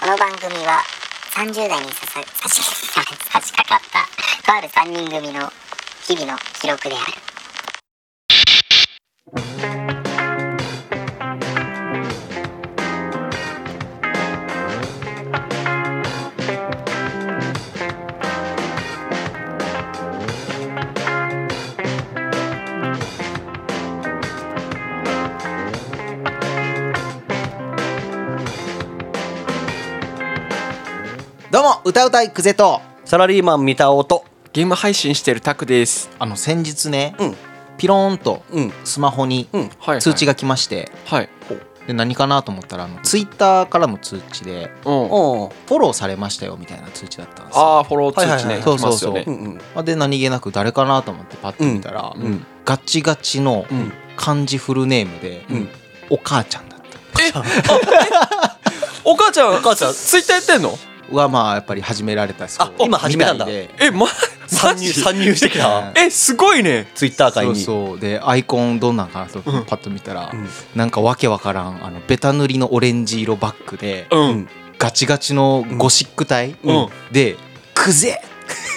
この番組は30代にささ差し差し掛かったとある3人組の日々の記録であるどうも歌うたいクゼとサラリーマン三田尾とゲーム配信してるタクです。あの先日ね、うんピローンとうんスマホにうんはい、はい。通知。が来まして、はい。で何かなと思ったらあのツイッターからの通知でうん。お「フォローされましたよ」みたいな通知だったんですよああ、フォロー通知はいはいはいね。来ますよねそうんうんまあで何気なく誰かなと思ってパッと見たら、うんうんガチガチのん漢字フルネームで、うんお母ちゃんだったお母ちゃん、お母ちゃん、ツイッターやってんの。はまあやっぱり始められたそうあ今始めたんだみいでえ、ま、参マ入ジ参入してうきたんえ、すごいね。ツイッター界にそうそうでアイコンどんなんかなとうんパッと見たら、うんなんかわけわからんあのベタ塗りのオレンジ色バッグで、うん。ガチガチのゴシック体、うんで「クゼ!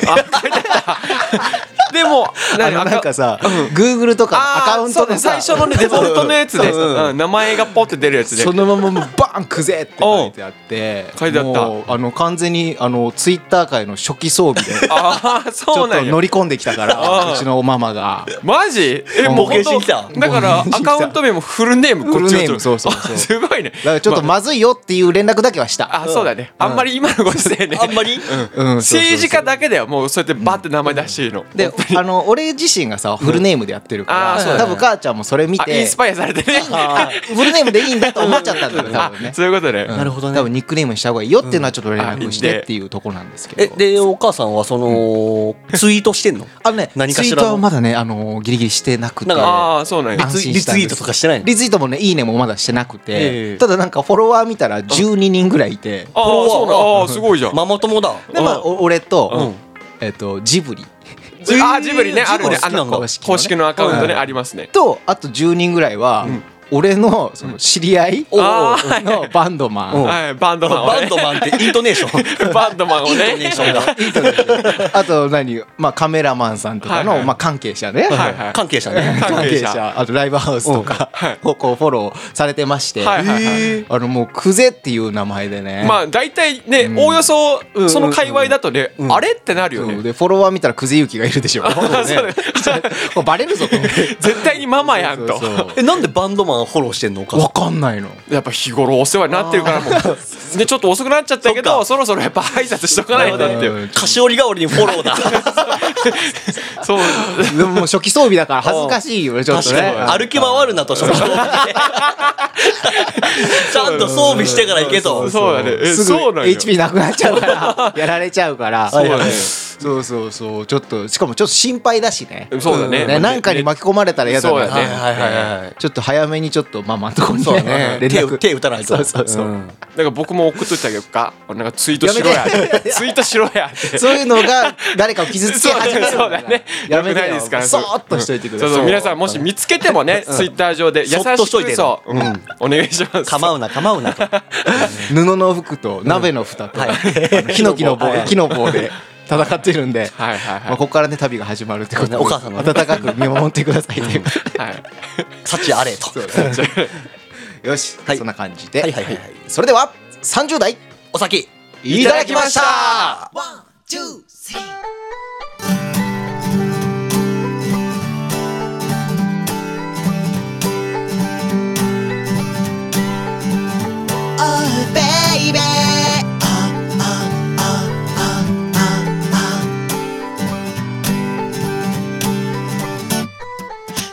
でも、」あのなんかさ、Google とかのアカウントあーそうねのさ最初 のね、デフォルトのやつで、そううん名前がポって出るやつでそ。のままもうバーン「クゼ!」って書いてあってん書いてあったもうあの完全にあのツイッター界の初期装備でち ああ、ょそっうなとん乗や。り込んできたかあらーうちのママがマジえ、もうボケ本当してきただから、ボアケしてきたカウント名もフルネーム、こっちフルネームそうそうそうあ すごいね。だからちょっとまずいよっていう連絡だけはした、あ、そうだね。あんまり今のご時世ね。あんまりうんそうそうそう政治家だけだよもうそうやってバッて名前出してるの、であの俺自身がさフルネームでやってるかあーら、そうだね多分母ちゃんもそれ見あイてンスパイアされてねあーフルネームでいいんだと思っちゃったんだよ多あ分ねそういうことね、なるほどね多分ニックネームにした方がいいよっていうのはちょっと連うん絡してっていうとこなんですけど、えでお母さんはその ツイートしてんのあのね何かツイしーらのトはまだねあのーギリギリしてなくてなんかああそうなんや安ツ心イリしたんでツすイートとかしてないのリツイートもねいいねもまだしてなくて、ええただなんかフォロワー見たら12人ぐらいいて、ああロワーそうなんあーすごいじゃん、ママ友だでまあお俺と、うえっとジブリあージブリねあるねジブあリ好きなのんだ公式,、のアカウントね、うんありますねとあと10人ぐらいは、俺のその知り合いあーのバンドマン、うんはいバンドマンをバねンドマンってイントネーションインバンドマンをトネーねションがいいとこだあと何、まあ、カメラマンさんとかの、はいはいまあ、関係者ね、はいはい関係者ね関関係係者者あとライブハウスとかをこうフォローされてまして、はいはいはいあのもう「クゼ」っていう名前でね、まあ大体ねおおよそその界隈だとねあれってなるよそうねでフォロワー見たら「クゼゆきがいるでしょ。あ そうね これバレるぞと。 絶対にママやんとそうそうえなんでバンドマンフォローしてんのお母さわんかんないの。やっぱ日頃お世話になってるからもうねちょっと遅くなっちゃったけそっどかそろそろやっぱ挨拶しとかないとっていううん菓子折り代わりにフォロー だそうでももう初期装備だから恥ずかしいよねちょっと確ね。かに歩き回るなと初期装備でちゃんと装備してから行けとそうだねえすぐそうなんよ HP なくなっちゃう からやられちゃうから。そうだねそうそうそうちょっとしかもちょっと心配だしね。そうだねねなんかに巻き込まれたら嫌だそうだなとね思ってはいはいはいはいちょっと早めにちょっとママのとこにそうだねね連手絡を手打たないそとうそうそう。だから僕も送っといたけどかなんかツイートしろややめツイートしろやってそういうのが誰かを傷つけ始めるそうだねやめよくなていよですからそーっとしといてくださそういそう皆さんもし見つけてもねツイッター上で優しそっとしといくてねそううんお願いします構うな構うなと布の服と鍋の蓋と、はいあのヒノキの棒はい木の棒で戦ってるんで、はいはいはいまあ、ここからね旅が始まるってことでお母さんのね温かく見守ってくださいということではい幸あれとよし、はいそんな感じで、はいはいはいはいそれでは30代お先いただきました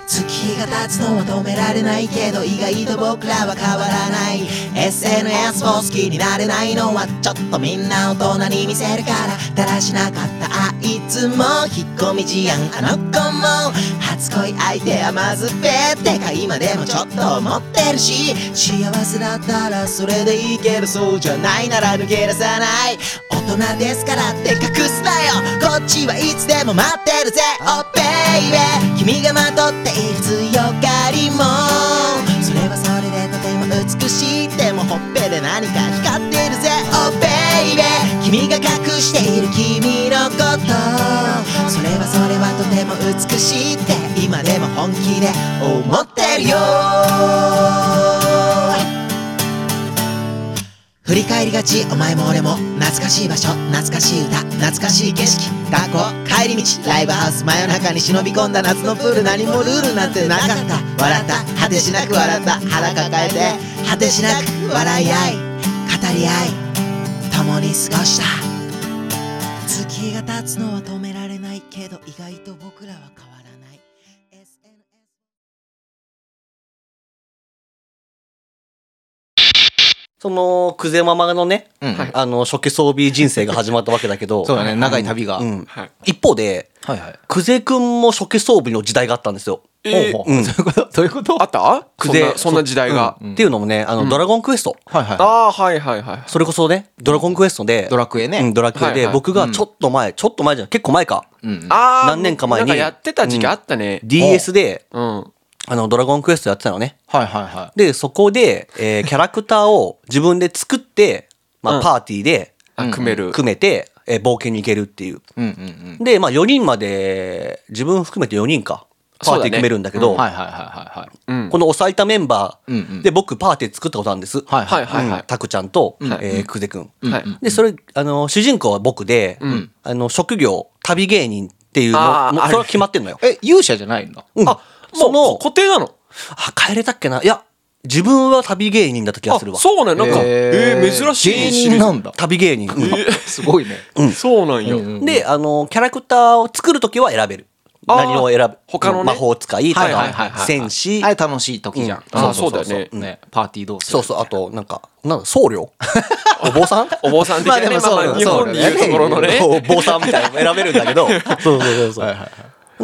月が経つのは止められないけど意外と僕らは変わらない SNS も好きになれないのはちょっとみんな大人に見せるからだらしなかったあいつも引っ込み思案あの子も初恋相手はまずべってか今でもちょっと思ってるし幸せだったらそれでいいけどそうじゃないなら抜け出さない大人ですからって隠すなよこっちはいつでも待ってるぜ Oh baby 君がまとっている強がりもそれはそれでとても美しいでもほっぺで何か光ってるぜ Oh している君のことそれはそれはとても美しいって今でも本気で思ってるよ振り返りがちお前も俺も懐かしい場所懐かしい歌懐かしい景色学校帰り道ライブハウス真夜中に忍び込んだ夏のプール何もルールなんてなかった笑った果てしなく笑った腹抱えて果てしなく笑い合い語り合い共に過ごした月が経つのは止められないけど意外と僕らは変わらない SNS そのクゼママのね、うんはいあの初期装備人生が始まったわけだけどそうだね長い旅がうんはい一方ではいはい久世くんも初期装備の時代があったんですよ。えーほうほどうういうことどういうことあったそ久ん世なそんな時代が、うんっていうのもねあの、ドラゴンクエストはいはいああはいはいはいそれこそねドラゴンクエストでドラクエねうんドラクエはいではい僕がちょっと前、ちょっと前じゃない結構前か、あー何年か前になんかやってた時期あったね、 DS でうんあのドラゴンクエストやってたのね。はいはいはでそこで、えーキャラクターを自分で作って、まうあ、んパーティーであ組める、組めて、えー冒険に行けるっていいう。うんうんうんで、まあ、4人まで自分含めて4人かパーティー組めるんだけどはいはいはいはいはいうんこの抑えたメンバうんうーんで僕パーティー作ったことあるんです。はいはいはいはいタクちゃんと、んえー、クゼくん。はいで、それ、あの、主人公は僕で、んあの、職業、旅芸人っていうの、あーもうあるそれは決まってんのよ。え勇者じゃないんだうんあそもうの、固定なのあ、帰れたっけないや、自分は旅芸人だった気があするわ。そうねなんかえー珍しい芸人シリーズなんだ旅芸人。すごいねそうなんよ、で、あの、キャラクターを作るときは選べる。あー何を選ぶ他のね魔法使いとはいはいはいかは、い戦士あ。れ楽しい時じゃんうんあそうだよねねパーティーどうするそうそう、あと、なんか、なんだ、 僧侶お坊さんお坊さん的なね、まあまあ日本でいうところのねお坊さんみたいなのも選べるんだ けど。そうそうそうそう。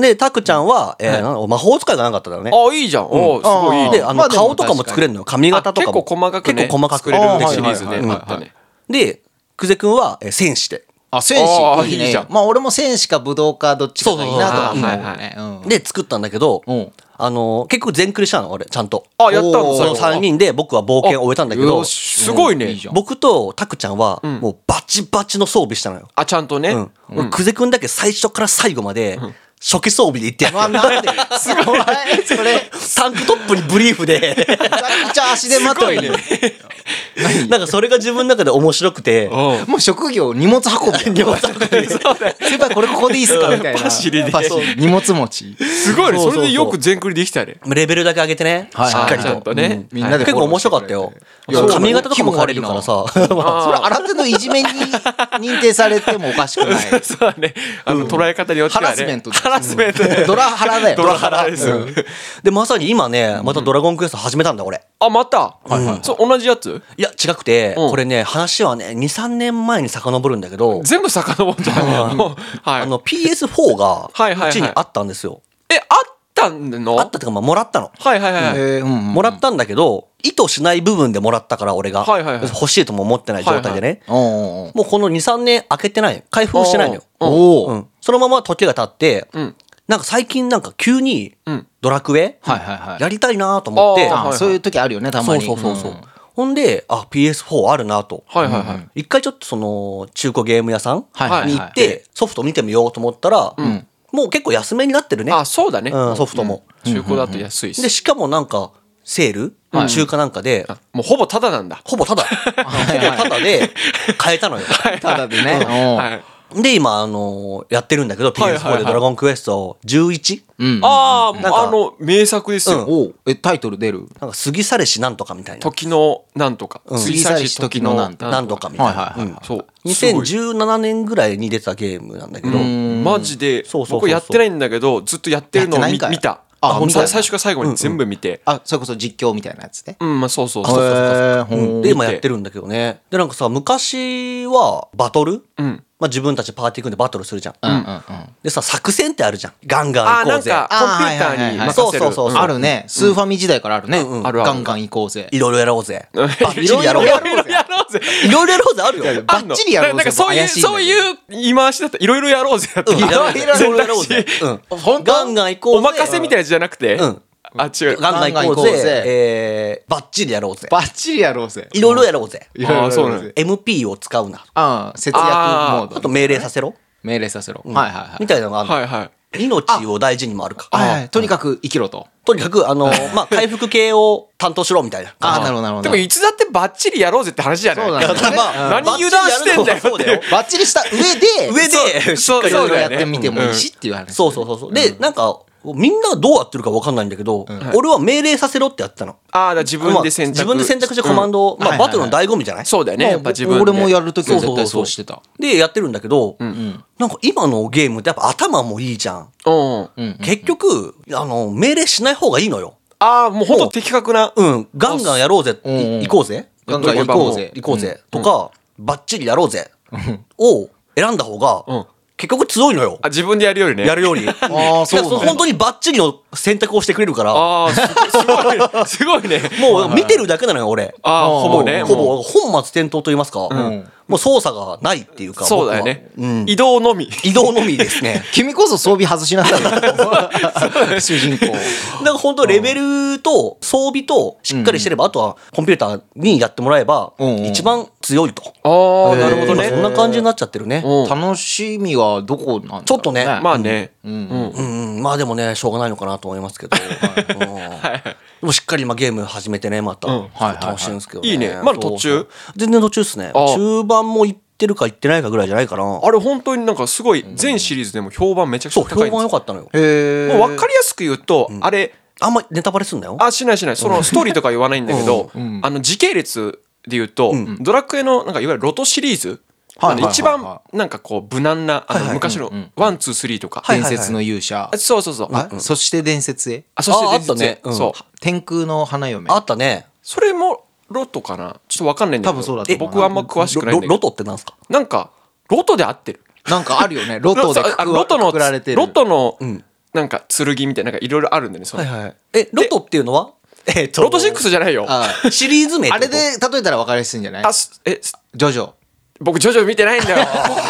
で、タクちゃんは、えーなんか魔法使いがなかっただよね。あいいじゃんおーすごいいいねで、あまの、あでも顔とかも作れるのよ。髪型あとか結も。構細かくね結構細かく作れるあーシリーズねはいはいはいあったねで、クゼ君は、えー戦士で。あ戦あー士いいいいねじゃんまあ俺も戦士か武道かどっちかがいいなとは思うそうそうそうねうんで、作ったんだけどうん、あのー、結構全クリしたの、俺、ちゃんと。あやったのおー最後その3人で僕は冒険を終えたんだけどよ、しすごいねいいじゃん僕とタクちゃんは、んもうバチバチの装備したのよ。あちゃんとね、うん。俺、クゼ君だけ最初から最後まで、初期装備で行ってやるまあ なんですごいそれタンクトップにブリーフで、めっちゃ足で待ってる なんかそれが自分の中で面白くて、もう職業荷物運び荷物運び 先輩これここでいいっすかみたいなパシリでパシリ荷物持ちすごいねそそうそうそうれでよく全クリできたねレベルだけ上げてね、しっはいはいかりちゃんと。とね、みんなで結構面白かったよ。いや髪型とかも変われるからさ。それ新手のいじめに認定されてもおかしくないそうだねあの捉え方によってはねハラスメントですハラスメントねドラハラだよドラハラです、うん で、まさに今ね、またドラゴンクエスト始めたんだ、俺。あまた、そう同じやついや、違くて、うんこれね、話はね、2、3年前に遡るんだけど、全部遡っちゃう、もうはいあの、PS4 が、はいはいはいうちにあったんですよ。えあったのあったっていうか、まあ、もらったの。はいはいはい、えーうんうんもらったんだけど、意図しない部分でもらったから、俺が。はいはいはい欲しいとも思ってない状態でね。おうおうもうこの2、3年開けてない。開封してないのよ。おうおん。そのまま時が経って、うんなんか最近なんか急にん、ドラクエ、はいはいはいやりたいなと思って、あーはいあそういう時あるよねたまそうにそうそうそう。ほんで、あ、PS4 あるなと。はいはいはい、一回ちょっとその、中古ゲーム屋さんはいはいはいに行って、ソフト見てみようと思ったら、もう結構安めになってるね。あそうだね、うんソフトも。中古だと安いし、で、しかもなんか、セール中華なんかで、あもうほぼタダなんだほぼただ。ほぼただ で、買えたのよ。ただでねおうはいで、今、あのーやってるんだけど、はいはいは PS4 いでドラゴンクエスト11。うんあなんかああの名作ですよ、おうえタイトル出るなんか、杉されしなんとかみたいな。時のなんとか、んなんとかなんとかみたいな。はいはいはいうんそうす2017年ぐらいに出てたゲームなんだけど、ごいマジでそうそうそうそう僕やってないんだけどずっとやってるのをやってない見んかい見たあ本見当ただ最初から最後に全部見てあそれこそ実況みたいなやつねうんまあそうそうへそうそうーほうで今やってるんだけどねでなんかさ昔はバトル、んまあ、自分たちパーティー組んでバトルするじゃん、うんうんうんでさ作戦ってあるじゃんガンガあンー行こなうんぜかコンピューターに任せるあーはいはいはい そうそうそうあるねスーファミ時代からあるねうんうんあるあるガンガン行こうぜいろいろやろうぜうん バッチリやろういぜろいろやろうぜいろいろやろうぜあるよやバッチリやろうぜなんかそういう怪しいんだけどそういう言い回しだったらいろいろやろうぜやってうんいろいろやろう ぜ選択肢うんガンガン行こうぜお任せみたいなやつじゃなくてうんあ、違う。ガンガガン行こうンガン行こうぜぜ。えー、バッチリやろうぜ。バッチリやろうぜ。いろいろやろうぜ。いろいろやろうぜあそうなんです MP を使うな。ああ、節約あモあーとド。命令させろ。命令させろ。はういんはいはい。みたいなのがあるのはいはい。命を大事にもあるか。はいはい。とにかく生きろと。とにかく、あの、まあ、回復系を担当しろみたいな。ああ、なるほどなるほでど。もいつだってバッチリやろうぜって話じゃないそうなんいだやだからまあ何油断してんだよそうだよ。バッチリした上で、上で、しっそうかりそそううやだっよねてみてもいいしっていう話。そうそうそうそう。で、なんか、みんながどうやってるか分かんないんだけど、俺は命令させろってやってたの。ああ、だから自分で選択。まあ自分で選択してコマンド。ドを、まはいはあ、いバはいトルの醍醐味じゃないそうだよね。やっぱ自分で。俺もやるときはそう絶そう対そそううしてた。で、やってるんだけど、んなんか今のゲームってやっぱ頭もいいじゃん。うん。うんうん結局、あの、命令しない方がいいのよ。ああ、もうほんと的確な。うん、ガンガンやろうぜ、うんうんい行こうぜ。ガンガン行行ここううぜぜ。行こうぜ。とか、バッチリやろうぜ。を選んだ方うがん、結局強いのよあ、。自分でやるよりね。やるより。あーそうなんだいや本当にバッチリの選択をしてくれるから、ああ、すすごい。すごいね。もう見てるだけなのよ、俺。ああ、もうほぼね。ほもうぼ本末転倒と言いますか、んもう操作がないっていうか、そうだよね僕はうん。移動のみ。移動のみです ね。 君こそ装備外しなさいよ。主人公。だから本当レベルと装備としっかりしてれば、あとはコンピューターにやってもらえばうんうん一番強いと、ああ、なるほど今そんね。な感じになっちゃってるね、うん楽しみはどこなんだろうちょっとねまあね。う。うんん。うんうんまあでもねしょうがないのかなと思いま すけど、うんでもしっかり今ゲーム始めてねまた、うんはいはいはい楽しいんですけど、いいねまだ途中そうそう全然途中ですねあ中盤も行ってるか行ってないかぐらいじゃないかなあれ本当になんかすごい全シリーズでも評判めちゃくちそゃう高い評んです判良よかったのよへえ。もう分かりやすく言うと、あれあんまネタバレすんだよあしないしないそのストーリーとか言わないんだけど、んうんあの時系列で言うと、ドラクエのなんかいわゆるロトシリーズ、はいはいはいはいあの一番なんかこう無難なあはいはのい昔のワンツースリーとか、伝説の勇者あ。そうそうそう、あそして伝説へ。あそしてああ伝った説ねうんそう天空の花嫁。あったねそれもロトかなちょっと分かんないんだけど多分そうだと思う僕はあんま詳しくないんだロロけどロトってなんですかなんかロトで合ってるなんかあるよね。ロトでくくあロトのくくられてる。ロトの、んなんか剣みたいななんかいろいろあるんだよねその、はいえロトっていうのはえっとロト6じゃないよああシリーズ名ってあことれで例えたら分かりやすいんじゃないすえすジョジョ。僕ジョジョ見て ないんだよ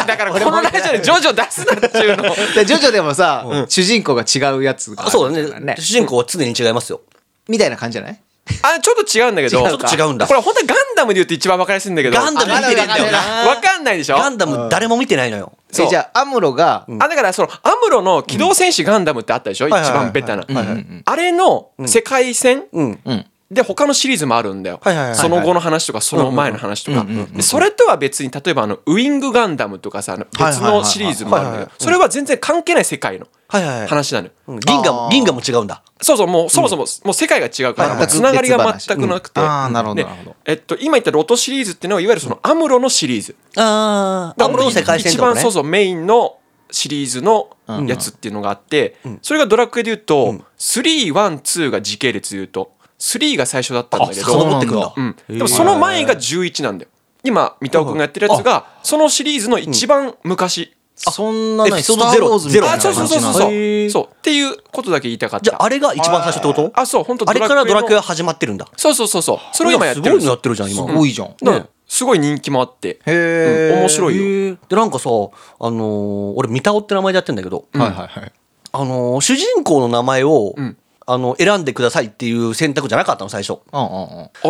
だからこのラジオでジョジョ出すなっていうのでジョジョでもさ、主人公が違うやつがあそうるかだらね主人公は常に違いますよみたいな感じじゃないあちょっと違うんだけど違うかちょっと違うんだこれ本当はガンダムで言うと一番わかりやすいんだけどガンダム見てねえんだよなわかんないでしょガンダム誰も見てないのよそうえじゃあアムロが、あだからそのアムロの「機動戦士ガンダム」ってあったでしょ、はいはい一はい番ベタな、はいはいあれの世界戦、うんうんで他のシリーズもあるんだよ、はいはいはいその後の話とかその前の話とか、でそれとは別に例えばあのウイングガンダムとかさあの別のシリーズもあるんだはいはいけはいはいどそれは全然関係ない世界のはいはいはい話なのよ、うん銀河もあー銀河も違うんだそうそうもうそもそも、もう世界が違うから、はいもうつながりが全くなくて、うんあーなるほどでなるほどえっと、今言ったロトシリーズっていうのはいわゆるそのアムロのシリーズ、ああアムロの世界線一とか番ねそうそうメインのシリーズのやつっていうのがあって、それがドラクエで言うと、312が時系列で言うと3が最初だったんだけあそうど、遡ってくんだうん、でもその前が11なんだよ今三田尾君がやってるやつがそのシリーズの一番昔、そんなエなピいソスードター・ゼウロォーズみゼロたいあなそうそう感そうじそなのうそうへーそうっていうことだけ言いたかったじゃああれが一番最初ってことあそう本当あれからドラクエのは始まってるんだそうそうそうそうそれを今やってるいんですすやごいのやよってるじゃん今多いじゃんだからすごい人気もあって、へうん面白いよへーでなんかさあのー俺三田尾って名前でやってんだけどはいはいはいあのー主人公の名前をんあの選んでくださいっていう選択じゃなかったの最初うんうん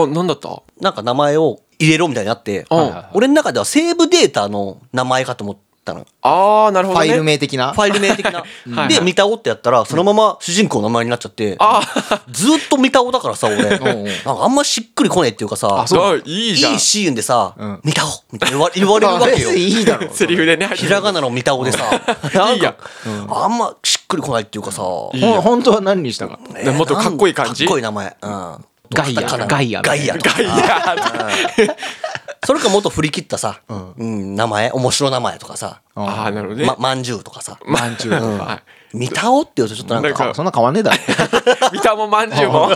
うんあなんだったなんか名前を入れろみたいになってうんはいはい俺の中ではセーブデータの名前かと思ったのああなるほフど、ァね、イル名的なファイル名的 なはいで三田尾ってやったらそのまま主人公の名前になっちゃってあずーっと三田尾だからさ俺なんうんかあんましっくりこねえっていうかさあそういいじゃんいいシーンでさうん「三田尾」みたいな言わ言われるわ けよ別にいいだろセリフでねひらがなの三田尾でさいいやなんかあんましっくりこないっていうかさいいやほん本当は何にしたかったねもっとかっこいい感じかっこいい名前うんガイアカタカナガイアガイアとか いやそれかもっと振り切ったさうん名前面白い名前とかさああなるほどねままんじゅうとかさまんじゅうとか三田尾っていうとちょっとなんなんかかあそんな変わんねえだろ三田もまんじゅうも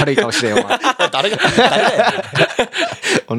悪い顔してよお 誰が誰がやねん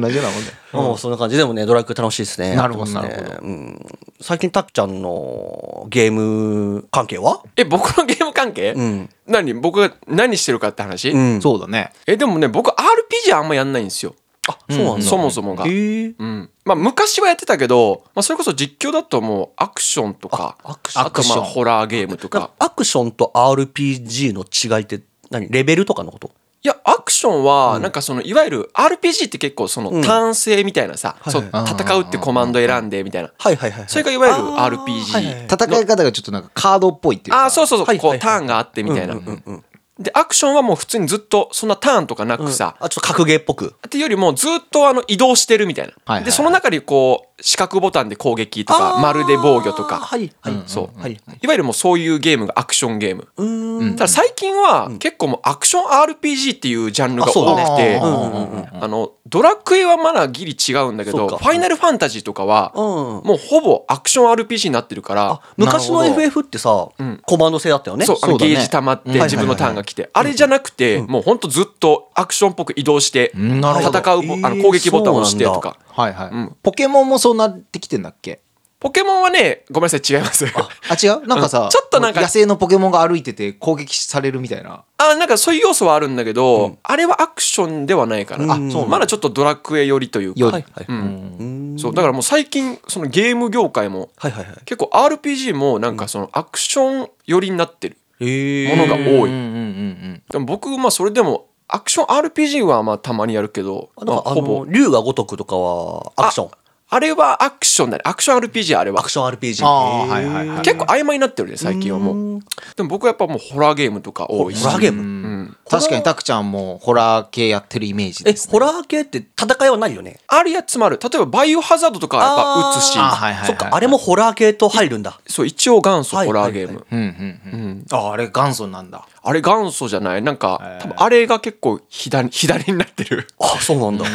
前同じようなもんだよまあもうそんな感じでもねドラクエ楽しいですねなるほどやってますねなるほうん最近たっちゃんのゲーム関係は え僕のゲーム関係ん何僕が何してるかって話んそうだねえでもね僕 RPG あんまやんないんですよあそうなんだそもそもがへえうんまあ昔はやってたけどまあそれこそ実況だともうアクションとかあアクションあとまあホラーゲームとかアクションと RPG の違いって何レベルとかのこといやアクションはなんかそのいわゆる RPG って結構そのうん単性みたいなさ、そうはい戦うってコマンド選んでみたいなはいはいはい、それがいわゆるあーはいはい RPG 戦い方がちょっとなんかカードっぽいっていうあかあそうそうそう、はいはいはいこうターンがあってみたいな、うんうんうんでアクションはもう普通にずっとそんなターンとかなくさ、あちょっと格ゲーっぽくっていうよりもずっとあの移動してるみたいな、はいはいでその中でこう四角ボタンで攻撃とあかー丸で防御とかはいはい、そうはいはいいわゆるもうそういうゲームがアクションゲームうーんうんただ最近は結構もうアクション RPG っていうジャンルがあそう多だくねてうんうんうんあのドラクエはまだギリ違うんだけそうどかファイナルファンタジーとかはうんもうほぼアクション RPG になってるからあ昔のなるほど FF ってさ、うんコマンド制だったよねそうあそのうだねゲージ溜まってうん自分のターンが来てあれじゃなくてもうほんとずっとアクションっぽく移動して戦んうなるほどボあの攻撃ボタンを押してとかはいはい、うんポケモンもそうなってきてんだっけポケモンはねごめんなさい違いますあ違うなんかさ、うんちょっとなんか野生のポケモンが歩いてて攻撃されるみたいな あなんかそういう要素はあるんだけど、あれはアクションではないから、うんあそうまだちょっとドラクエ寄りというか、より、はいはい、ううんーんそうだからもう最近そのゲーム業界もはいはいはい結構 RPG もなんかそのアクション寄りになってるへものが多うんうんい、うんでも僕まあそれでもアクション RPG はまあたまにやるけど、あまなんあ、かあほぼの竜が如くとかはアクションあれはアクションだねアクション RPG あれアはクション RPG あーはいはいはい結構曖昧になってるね最近はもううんでも僕はやっぱもうホラーゲームとか多いしホラーゲーうムんううんん確かにタクちゃんもホラー系やってるイメージえです、ね、ホラー系って戦いはないよねあるやつもある例えばバイオハザードとかはやっぱ撃つしあーはいはいはいそっかあれもホラー系と入るんだそう一応元祖ホラーゲーム、はいはいうんうんうんうん、ああれ元祖なんだあれ元祖じゃないなんか多分あれが結構左左になってるあそうなんだ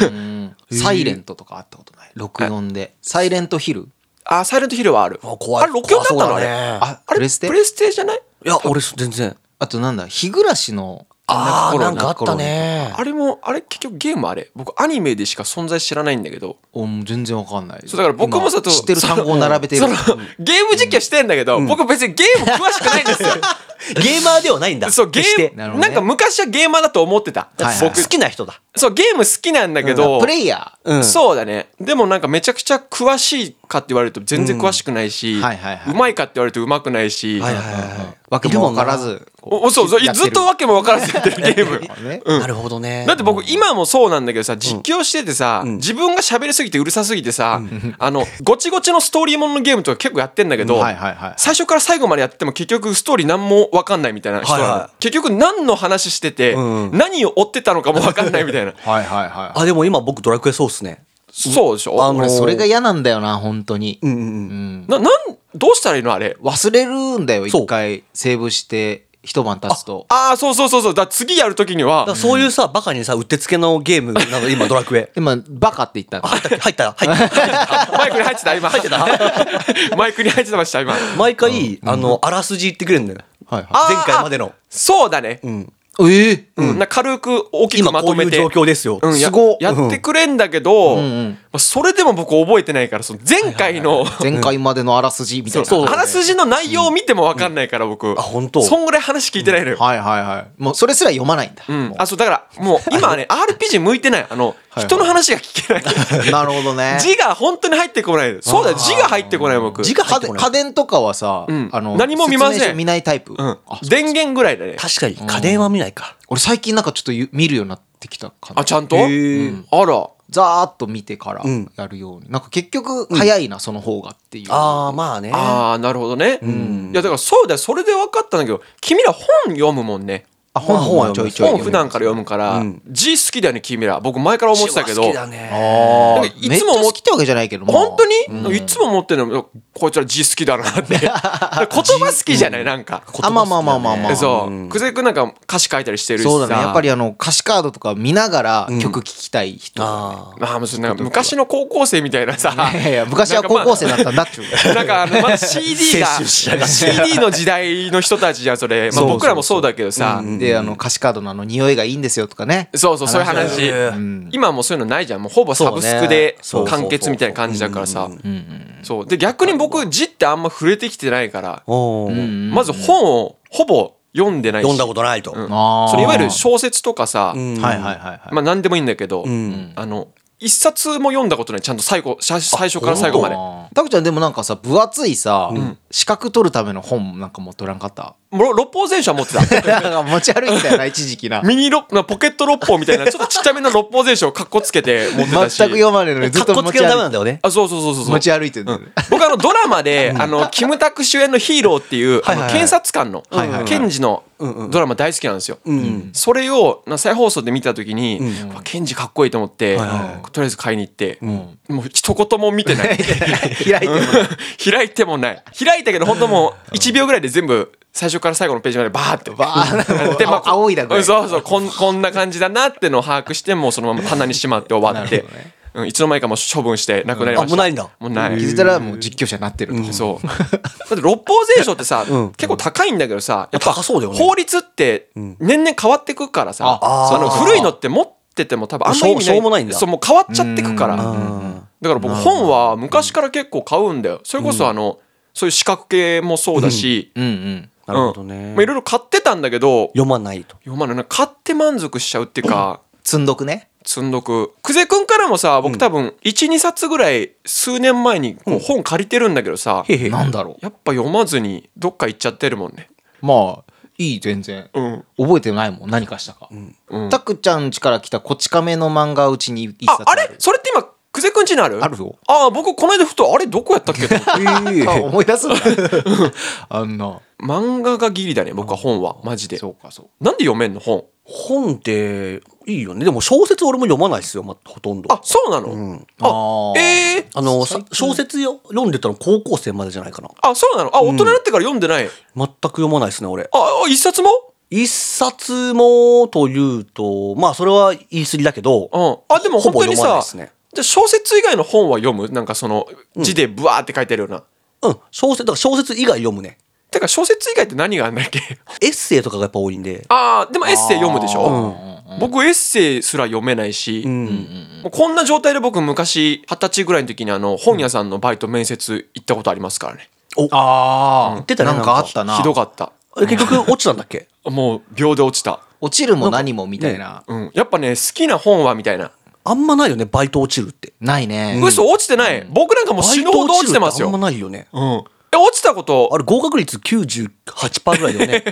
サイレントとかあったことない64でサイレントヒルあサイレントヒルはあるうわ怖いあれ録音だったのあ怖そうだれねああれプレステプレステじゃないいや俺全然あとなんだ日暮らしのあーコロなナんかあったねあれもあれ結局ゲームあれ僕アニメでしか存在知らないんだけどおもう全然わかんないそうだから僕もさ今知ってる単語を並べてるそのゲーム実況してんだけど、僕別にゲーム詳しくない んですよゲーマーではないんだそうゲ決してームなな,、るほどねんか昔はゲーマーだと思ってた、はいはい僕好きな人だそうゲーム好きなんだけど、プレイヤーうんそうだねでもなんかめちゃくちゃ詳しいかって言われると全然詳しくないし、んはいはいはいうまいかって言われるとうまくないし、はいはいはいわけもわからずおおそうそうやってるずっとわけも分からずやってるゲームねなるほどねだって僕今もそうなんだけどさ実況しててさ、ん自分が喋りすぎてうるさすぎてさ、あのごちごちのストーリーもののゲームとか結構やってんだけど、はいはいはい最初から最後までやっても結局ストーリー何も分かんないみたいな人なの、はいは結局何の話してて、うん何を追ってたのかも分かんないみたいなはいはいはいあでも今僕ドラクエそうっすねそうでしょあの俺それが嫌なんだよな本当に、うんうんうんななんどうしたらいいのあれ忘れるんだよそう一回セーブして一晩経つとああそうそうそうそうだから次やる時にはだからそういうさバカにさうってつけのゲームなの今ドラク エ今バカって言ったの入ったっけ入った入 ったマイクに入ってた今入ってた マイクに入ってました今毎回あのあらすじ言ってくれるんだよはいはいあー前回までのそうだね、ええうんな軽く大き今くまことういめうて状況ですようん、やすごやってくれんだけど、まあそれでも僕覚えてないからその前回の、前回までのあらすじみたいな。そうあらすじの内容を見ても分かんないから僕、あ本当そんぐらい話聞いてないのよ、はいはいはい。もうそれすら読まないんだ。うん、あそうだからもう今はね RPG 向いてないあのいはい人の話が聞けないなるほどね 字が本当に入ってこないそうだ字が入ってこない僕字が入家ってこ電ない家電とかはさ、うんあの何も見ません説明書見ないタイプ、うんあ、電源ぐらいだね確かに家電は見ないか俺最近なんかちょっとゆ見るようになってきたかなあちゃんと、へーうんあらざーっと見てからうんやるように、なんか結局早いな、その方がっていうああまあねああなるほどね、いやだからそうだよそれで分かったんだけど君ら本読むもんねあ本本はちょいちょい本読む普段から読むから、うん字好きだよね君ら僕前から思ってたけど好きだねあなんかーいつもめっちゃ好きってわけじゃないけどまあ本当に、いつも思ってるのこいつら字好きだなって言葉好きじゃないなんかあまあまあまあまあまあ、えそう久世君なんか歌詞書いたりしてるしさそうだねやっぱりあの歌詞カードとか見ながら曲聴きたい人、あーまあもうそれなんか昔の高校生みたいなさ いやいや昔は高校生だったんだ っていう なんかあのまだ CD が青春しやが CD の時代の人たちじゃんそれ、まそうあ、そうそう僕らもそうだけどさであの歌詞カードのあの匂いがいいんですよとかねそうそうそういう話、ん今はもうそういうのないじゃんもうほぼサブスクでそうね完結みたいな感じだからさそうで逆に僕字ってあんま触れてきてないからおーまず本をほぼ読んでないし読んだことないとうんあーそれいわゆる小説とかさ、うんはいはいはいはいまあ何でもいいんだけど、んあの一冊も読んだことないちゃんと最後最最初から最後までタクちゃんでもなんかさ分厚いさ、資格取るための本なんか持っとらんかった ろ六方全書は持って なたんか持ち歩いてたよな一時 期なミニロポケット六方みたいなちょっとちっちゃめの六方全書をかっこつけて持っ全てたくし読まれるのにずっかとっこ持つちけのためな歩んいだよね。あそうそうそうそうそう持ち歩いてるんだよね僕あのドラマであのキムタク主演の「ヒーロー」っていうあの検察官の検事のドラマ大好きなんですよ。それをな再放送で見た時にうわ検事かっこいいと思ってとりあえず買いに行ってもう一言も見てな 開い いてる開いてもない開いたけど本当もう1秒ぐらいで全部最初から最後のページまでバーってバーってでまあ青いだぐらいそうそうこんこんな感じだなってのを把握してもうそのまま棚にしまって終わって、うん、いつの間にかもう処分してなくなりました、あもうないんだもうない気づいたらもう実況者になってるとそう。だって六方全書ってさ、結構高いんだけどさ、やっぱ高そうだよね法律って年々変わってくからさ、その古いのって持ってても多分あんまり意味しょうしょうもないんだそうもう変わっちゃってくから。だから僕本は昔から結構買うんだよ。それこそあの、そういう資格系もそうだし、うんうんなるほどねうんまあいろいろ買ってたんだけど、読まない と。読まないなんか買って満足しちゃうっていうか、積んどくね積んどく久世君からもさ僕多分12冊ぐらい数年前にこう本借りてるんだけどさ、へなんだろやっぱ読まずにどっか行っちゃってるもんね。うまあいい全然うん。覚えてないもん何かしたかうんタクちゃん家から来たこち亀の漫画うちに一あ冊、あるれそれって今、久世くんちにあるあるよ。ああ、僕、この間ふと、あれどこやったっけと 思ってあ思い出すんだ あんな漫画がギリだね、僕は本は。マジで。そうかそうなんで読めんの本。本っていいよね。でも小説俺も読まないですよ、ま、ほとんど。あ、そうなの、ああ、ーええあの、さ小説よ読んでたの高校生までじゃないかな。あ、そうなのあ、大人になってから読んでない。全く読まないですね、俺。あ、あ一冊も一冊もというと、まあそれは言い過ぎだけど、うん。あ、でも本ほぼ当に読まないさ、ですね。じゃあ小説以外の本は読むなんかその、字でブワーって書いてあるような。うん、小説、だから小説以外読むね。てか、小説以外って何があんだっけエッセイとかがやっぱ多いんで。ああ、でもエッセイ読むでしょ、うん僕エッセイすら読めないし、うん。もうこんな状態で僕昔二十歳ぐらいの時にあの本屋さんのバイト面接行ったことありますからね、ああ言てたねなんかあったなひどかったえ結局落ちたんだっけ もう秒で落ちた、落ちるも何もみたいなうん、やっぱね好きな本はみたいな、あんまないよね、バイト落ちるって。ないね嘘落ちてない僕なんかもうバ死イぬトほど落るちってますよ、あんうん、まないよね。え落ちたことあれ合格率98%ぐらいだ よね。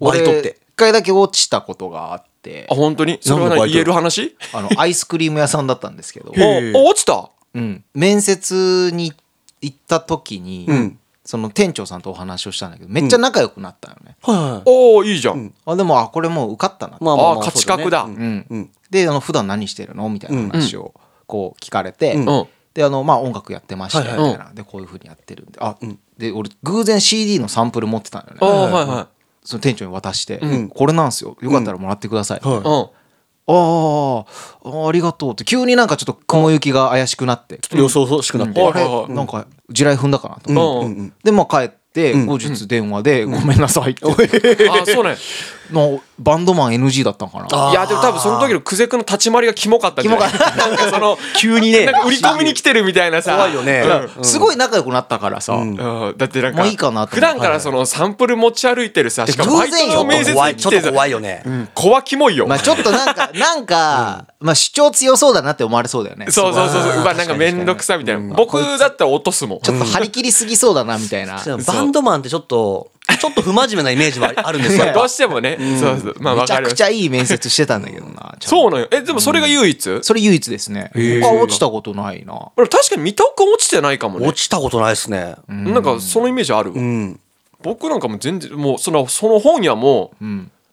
バイトっ俺一て。回だけ落ちたことがあってあ本当にそれは何のバイ何ト言える話あのア イスクリーム屋さんだったんですけどおお落ちたうん、面接に行った時に、んその店長さんとお話をしたんだけどめっちゃ仲良くなったよね、はいはいはい。おおいいじゃん、あでもあこれもう受かったな、まああまあまああ価値格だそううねんうんであの普段何してるのみたいな話をこう聞かれて、うんうんであのまあ音楽やってましたみたいな、はいでこういうふうにやってるんであ、で俺偶然 CD のサンプル持ってたんだよあねあはいはその店長に渡して、これなんすよよかったらもらってください」はいい、うんあーあーありがとう」って急になんかちょっと雲行きが怪しくなってちょっと予想しくなって。うんあれはいはいなんか地雷踏んだかなと思って。うんうんでまあ帰って後日電話で「ごめんなさい」ってあそうねのバンドマン NG だったんかないやでも多分その時の久世君の立ち回りがキモかったんじゃないキモなんかその急にねなんか売り込みに来てるみたいなさ怖いよね。すごい仲良くなったからさうんだってなんかもういいかなと思って普段からそのサンプル持ち歩いてるさしかもバイト偶然のよ面接怖にい、ちょ来っとてさ怖いよね。怖きもいよまあちょっとなんかなんかまあ主張強そうだなって思われそうだよねそうそうそうそううわなんか面倒くささみたいな僕だったら落とすもんちょっと張り切りすぎそうだなみたい なじゃあバンドマンってちょっと、ちょっと不真面目なイメージはあるんですよ。どうしても ねそうそうまあわめちかゃるくちゃいい面接してたんだけどなちゃんとそうなんよえでもそれが唯一それ唯一ですね他落ちたことないな俺確かに三田君落ちてないかもね落ちたことないですね。なんかそのイメージあるわうん。僕なんかもう全然もうそのその本屋も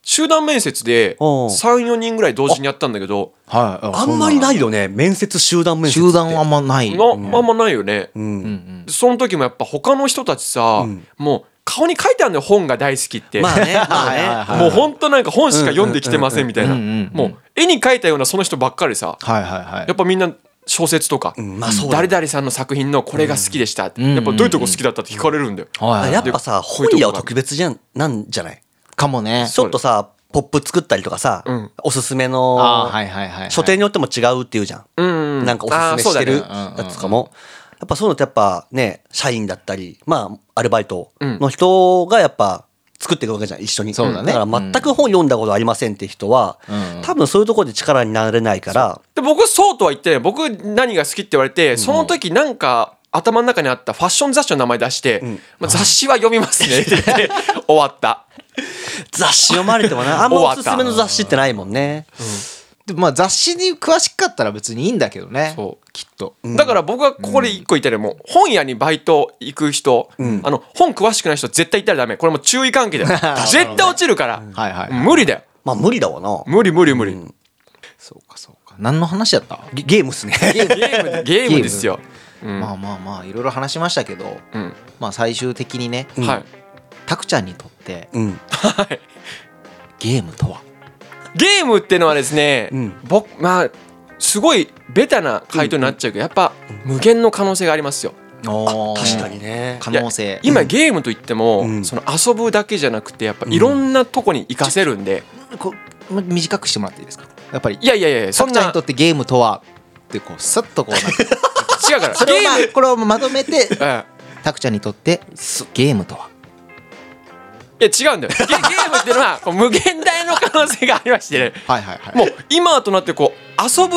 集団面接でおう34人ぐらい同時にやったんだけどはいあんまりいないよね。面接、集団面接って。集団はあんまないなあんまないよねうんその時もやっぱ他の人たちさ、もう顔に書いてあるのよ本が大好きって、 まあね、まはいはいあね。はい もう本当なんか本しか読んできてませんみたいなうんうんうんうんもう絵に描いたようなその人ばっかりさはいはいはいやっぱみんな小説とか、まあそうだ誰々さんの作品のこれが好きでしたって、んやっぱどういうとこ好きだったって聞かれるんだよ、はいはいやっぱさ、こういう本とこ屋は特別じゃん、なんじゃないかもねちょっとさ、ポップ作ったりとかさうん、おすすめあのー、はいはいはいはい書店によっても違うっていうじゃん。うんなんかおすすめしてるあーそうだねうんやつとかも。やっぱそういうのってやっぱね、社員だったり、まあ、アルバイトんの人がやっぱ作っていくわけじゃん一緒にそうだねから全く本読んだことありませんって人は、うん多分そういうところで力になれないからで僕そうとは言ってない僕何が好きって言われてその時なんか頭の中にあったファッション雑誌の名前出して「まあ雑誌は読みますね」って言って終わった雑誌読まれてもなあんま 終わっおたすすめの雑誌ってないもんねでもまあ雑誌に詳しかったら別にいいんだけどねそうきっとだから僕はここで一個言いたいのはもう本屋にバイト行く人あの本詳しくない人絶対行ったらダメこれもう注意 喚起だよ絶対落ちるからはいはい無理だよまあ無理だわな無理無理無理そうかそうか何の話だったゲゲームっすねゲームでゲームですようんまあまあまあいろいろ話しましたけどうんまあ最終的にねはいタクちゃんにとって うんゲームとはゲームってのはですね、うん僕まあすごいベタな回答になっちゃうけど、やっぱ無限の可能性がありますよ。確確かにね可能性今ゲームといっても、うんその遊ぶだけじゃなくてやっぱいろんなとこに行かせるんで、こうま短くしてもらっていいですかやっぱりいやいやいやタそクんちゃんなにとってゲームとはってこうさっとこうなんか違うか らそれをまあゲこれをまとめてーム、うんタクちゃんにとってゲームとはいや違うんだよゲゲームってのはこう無限大の可能性がありまして、ね、はいはいはいもう今となってこう遊ぶ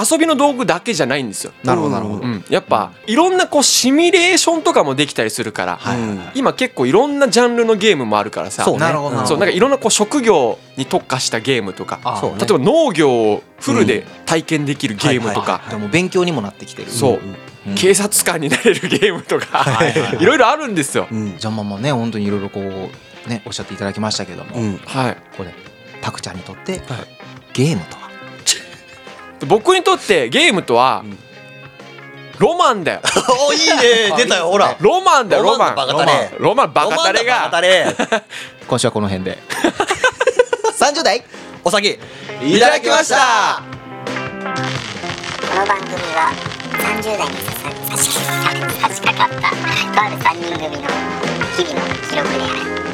遊びの道具だけじゃないんですよ。なるほどなるほどうん、やっぱいろんなこうシミュレーションとかもできたりするから、今結構いろんなジャンルのゲームもあるからさそうねなるほどなるほそうどなんかいろんなこう職業に特化したゲームとかあそうね例えば農業をフルで体験できるゲームとかでも勉強にもなってきてるそう、うん警察官になれるゲームとかはいはいはい いろいろあるんですよ。うんじゃあまあまあね本当にいろいろこうねおっしゃっていただきましたけど も、うんはい、これタクちゃんにとって、ゲームとはで僕にとってゲームとは、うんロマンだよおいいね出たよほらロマンだよロマンロマンのバカタレロマンバカタレロマンのバカタがレ今週はこの辺で 30代お先いただきましたこの番組は30代にささ差し差し掛かったとある3人組の日々の記録である